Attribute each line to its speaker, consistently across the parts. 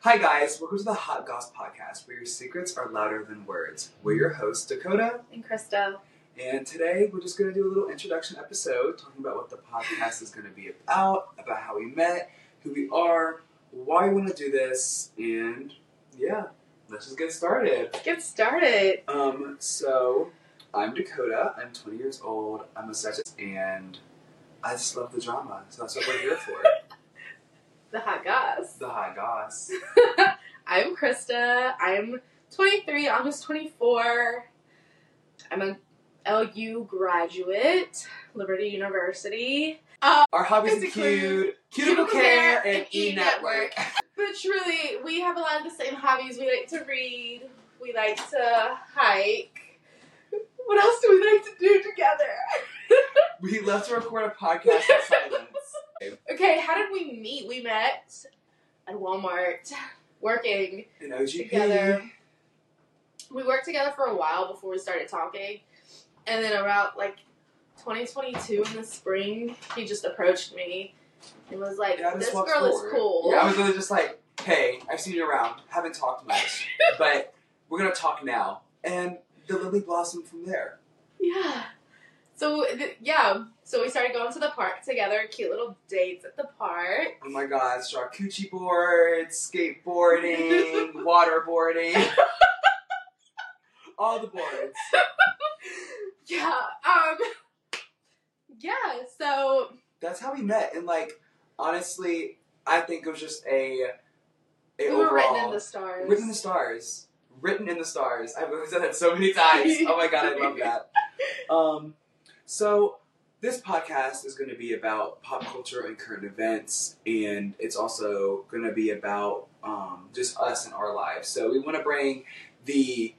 Speaker 1: Hi, guys. Welcome to the Hot Goss Podcast, where your secrets are louder than words. We're your hosts, Dakota,
Speaker 2: And Krista.
Speaker 1: and today we're just going to do a little introduction episode talking about what the podcast is going to be about, about how we met, who we are, why we want to do this, and yeah, let's just get started.
Speaker 2: Get started.
Speaker 1: Um, so I'm Dakota. I'm 20 years old. I'm a sexist, and I just love the drama. So that's what we're here for.
Speaker 2: The hot goss.
Speaker 1: the hot goss.
Speaker 2: I'm Krista. I'm 23, almost 24. I'm a LU graduate, Liberty University.
Speaker 1: Our hobbies include
Speaker 2: Include
Speaker 1: cuticle
Speaker 2: cuticle
Speaker 1: care
Speaker 2: care
Speaker 1: and
Speaker 2: and
Speaker 1: e network.
Speaker 2: But truly, we have a lot of the same hobbies. We like to read, we like to hike. What else do we like to do together?
Speaker 1: We love to record a podcast in silence.
Speaker 2: Okay, how did we meet? We met at Walmart, working.
Speaker 1: In OGP.
Speaker 2: Together. we worked together for a while before we started talking. And then around like 2022 in the spring, he just approached me and was like,
Speaker 1: Yeah, I just
Speaker 2: "This
Speaker 1: walked
Speaker 2: girl is
Speaker 1: forward.
Speaker 2: cool."
Speaker 1: Yeah, I was really just like, hey, I've seen you around, haven't talked much, but we're gonna talk now. And the lily blossomed from there.
Speaker 2: Yeah. So th- yeah, so we started going to the park together, cute little dates at the park.
Speaker 1: Oh my god, charcuterie boards, skateboarding, waterboarding. All the boards.
Speaker 2: Yeah. Um. Yeah. So
Speaker 1: That's how we met. And like, honestly, I think it was just a, a
Speaker 2: we
Speaker 1: overall
Speaker 2: were written in the stars.
Speaker 1: Written in the stars. Written in the stars. I've said that so many times. Oh my god, I love that. Um, so this podcast is going to be about pop culture and current events, and it's also going to be about um, just us and our lives. So we want to bring the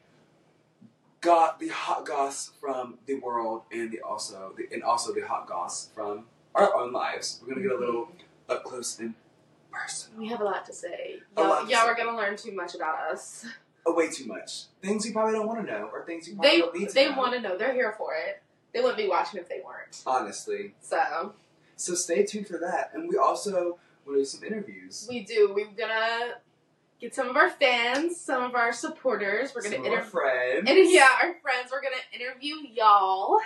Speaker 1: got the hot goss from the world, and the also the, and also the hot goss from our own lives. We're going to get a little up close and personal.
Speaker 2: We have a lot to say.
Speaker 1: A
Speaker 2: Y'all-
Speaker 1: lot to
Speaker 2: y'all
Speaker 1: say.
Speaker 2: are gonna learn too much about us.
Speaker 1: Oh, way too much. Things you probably don't want to know, or things you probably
Speaker 2: They
Speaker 1: don't need to
Speaker 2: they
Speaker 1: know.
Speaker 2: want to know. They're here for it. They wouldn't be watching if they weren't.
Speaker 1: honestly.
Speaker 2: So
Speaker 1: So stay tuned for that, and we also want to do some interviews.
Speaker 2: we do. We're gonna get some of our fans, some of our supporters. We're gonna
Speaker 1: some of our
Speaker 2: interview.
Speaker 1: friends.
Speaker 2: And yeah, our friends. We're gonna interview y'all.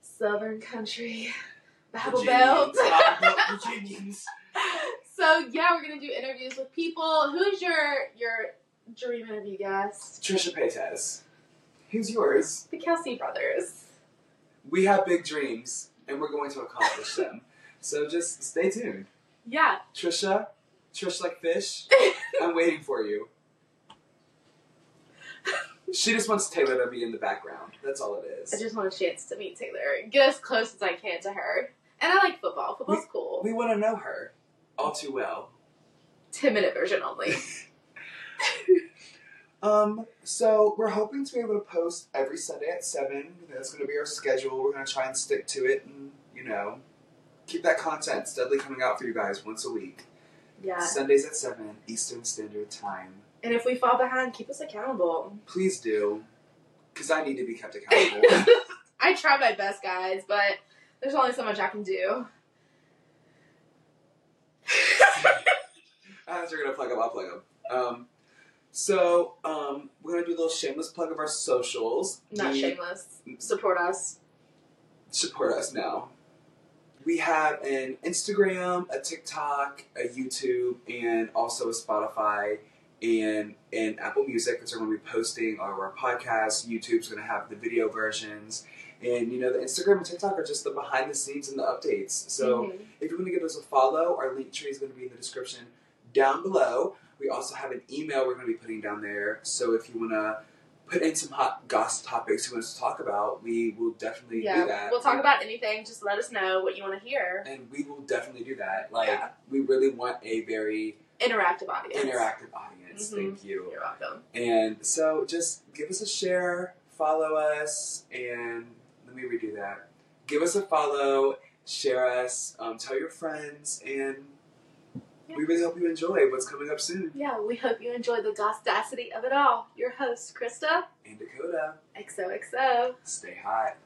Speaker 2: Southern country, Bible
Speaker 1: Virginians,
Speaker 2: Belt.
Speaker 1: Bible Belt Virginians.
Speaker 2: so yeah, we're gonna do interviews with people. Who's your your dream interview guest?
Speaker 1: Trisha Paytas, who's yours?
Speaker 2: The Kelsey brothers.
Speaker 1: We have big dreams, and we're going to accomplish them. So just stay tuned.
Speaker 2: Yeah.
Speaker 1: Trisha, Trish like fish, I'm waiting for you. She just wants Taylor to be in the background. That's all it
Speaker 2: I
Speaker 1: is.
Speaker 2: just want a chance to meet Taylor, get as close as I can to her. And I like football. Football's cool.
Speaker 1: We want to know her all too well.
Speaker 2: Ten minute version only.
Speaker 1: Um, so we're hoping to be able to post every Sunday at seven. That's going to be our schedule. We're going to try and stick to it, and you know, keep that content steadily coming out for you guys once a week.
Speaker 2: Yeah.
Speaker 1: Sundays at seven Eastern Standard Time.
Speaker 2: And if we fall behind, keep us accountable.
Speaker 1: Please do, because I need to be kept accountable.
Speaker 2: I try my best, guys, but there's only so much I can do.
Speaker 1: As you're gonna plug up, I'll plug up. Um, so um, we're gonna do a little shameless plug of our socials.
Speaker 2: Not
Speaker 1: We-
Speaker 2: shameless. Support us.
Speaker 1: support us now. We have an Instagram, a TikTok, a YouTube, and also a Spotify and and Apple Music. Which are going to be posting all of our podcasts. YouTube's going to have the video versions, and you know the Instagram and TikTok are just the behind the scenes and the updates. So
Speaker 2: Mhm.
Speaker 1: if you want to give us a follow, our link tree is going to be in the description down below. We also have an email we're going to be putting down there. So if you want to put in some hot goss topics you want us to talk about, we will definitely do
Speaker 2: yeah.
Speaker 1: that.
Speaker 2: We'll talk about anything. Just let us know what you want to hear.
Speaker 1: And we will definitely do that. Like,
Speaker 2: Yeah.
Speaker 1: we really want a very
Speaker 2: Interactive audience.
Speaker 1: interactive audience.
Speaker 2: Mhm.
Speaker 1: Thank you.
Speaker 2: You're welcome.
Speaker 1: And so just give us a share, follow us, and let me redo that. Give us a follow, share us, um, tell your friends, and we really hope you enjoy what's coming up soon.
Speaker 2: Yeah, we hope you enjoy the gosdacity of it all. Your host, Krista,
Speaker 1: And Dakota,
Speaker 2: XOXO.
Speaker 1: stay hot.